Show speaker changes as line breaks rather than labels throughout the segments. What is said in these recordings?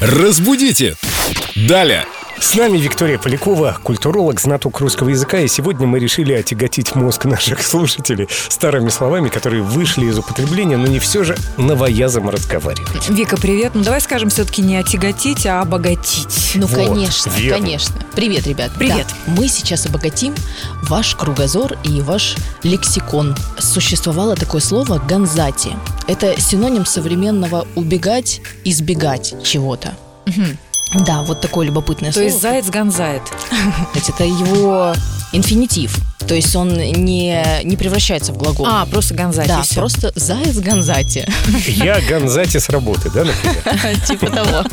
Разбудите! Далее!
С нами Виктория Полякова, культуролог, знаток русского языка, и сегодня мы решили отяготить мозг наших слушателей старыми словами, которые вышли из употребления, но не все же новоязом разговаривать.
Вика, привет. Ну давай скажем все-таки не отяготить, а обогатить.
Ну,
Вот,
конечно,
верно.
конечно. Привет, ребят.
Привет.
Да, мы сейчас обогатим ваш кругозор и ваш лексикон. Существовало такое слово «ганзати». Это синоним современного «убегать», «избегать» чего-то. Да, вот такое любопытное
То
слово.
есть заяц гонзает.
Кстати, Это его инфинитив. То есть он не, не превращается в глагол.
А, просто гонзать.
да,
и всё.
просто «заяц ганзати».
Я Гонзати с работы, да, например?
Типа того.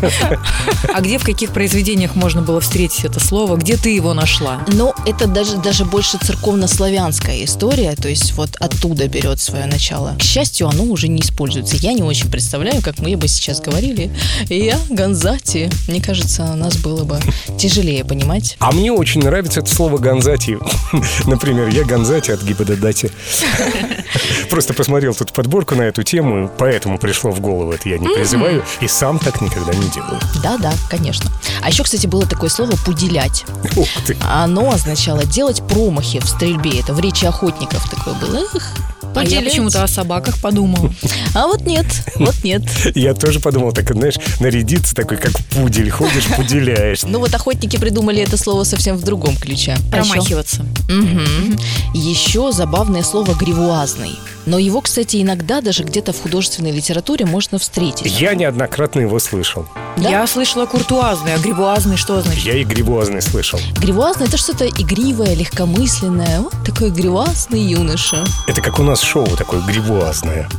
А где, в каких произведениях можно было встретить это слово? Где ты его нашла?
Но это даже, даже больше церковно-славянская история, то есть вот оттуда берет свое начало. К счастью, оно уже не используется. Я не очень представляю, как мы бы сейчас говорили. Я Ганзати. Мне кажется, нас было бы тяжелее понимать.
А мне очень нравится это слово Гонзати. Например, я Гонзати от Гибададати. Просто посмотрел тут подборку на эту тему, и поэтому пришло в голову это. Я не призываю и сам так никогда не делаю.
Да-да, конечно. А еще, кстати, было такое слово «пуделять».
Ух ты.
Оно означало делать промахи в стрельбе. Это в речи охотников такое было. Эх,
А я
поделять.
почему-то о собаках подумала.
А вот нет, вот нет.
Я тоже подумал, так, знаешь, нарядиться такой, как пудель. Ходишь, пуделяешь.
Ну вот охотники придумали это слово совсем в другом ключе. А еще-
Промахиваться.
Мгм. Еще забавное слово «гривуазный». Но его, кстати, иногда даже где-то в художественной литературе можно встретить.
Я неоднократно его слышал.
Да.
Я слышала куртуазный, а гривуазный что значит?
Я и грибуазный слышал.
Гривуазный – это что-то игривое, легкомысленное. Вот такой гривуазный юноша.
Это как у нас шоу такое грибуазное.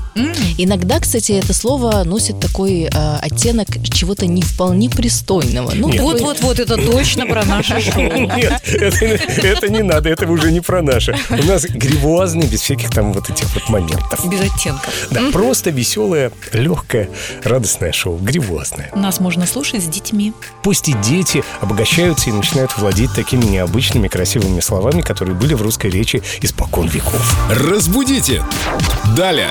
Иногда, кстати, это слово носит такой э, оттенок чего-то не вполне пристойного. Ну, такой-
Вот-вот-вот, это точно про наше шоу.
Нет, это, это не надо, это уже не про наше. У нас грибуазный без всяких там вот этих вот моментов.
Без оттенков.
Да, просто веселое, легкое, радостное шоу, грибуазное.
Нас можно слушать с детьми.
Пусть и дети обогащаются и начинают владеть такими необычными красивыми словами, которые были в русской речи испокон веков.
Разбудите! Далее!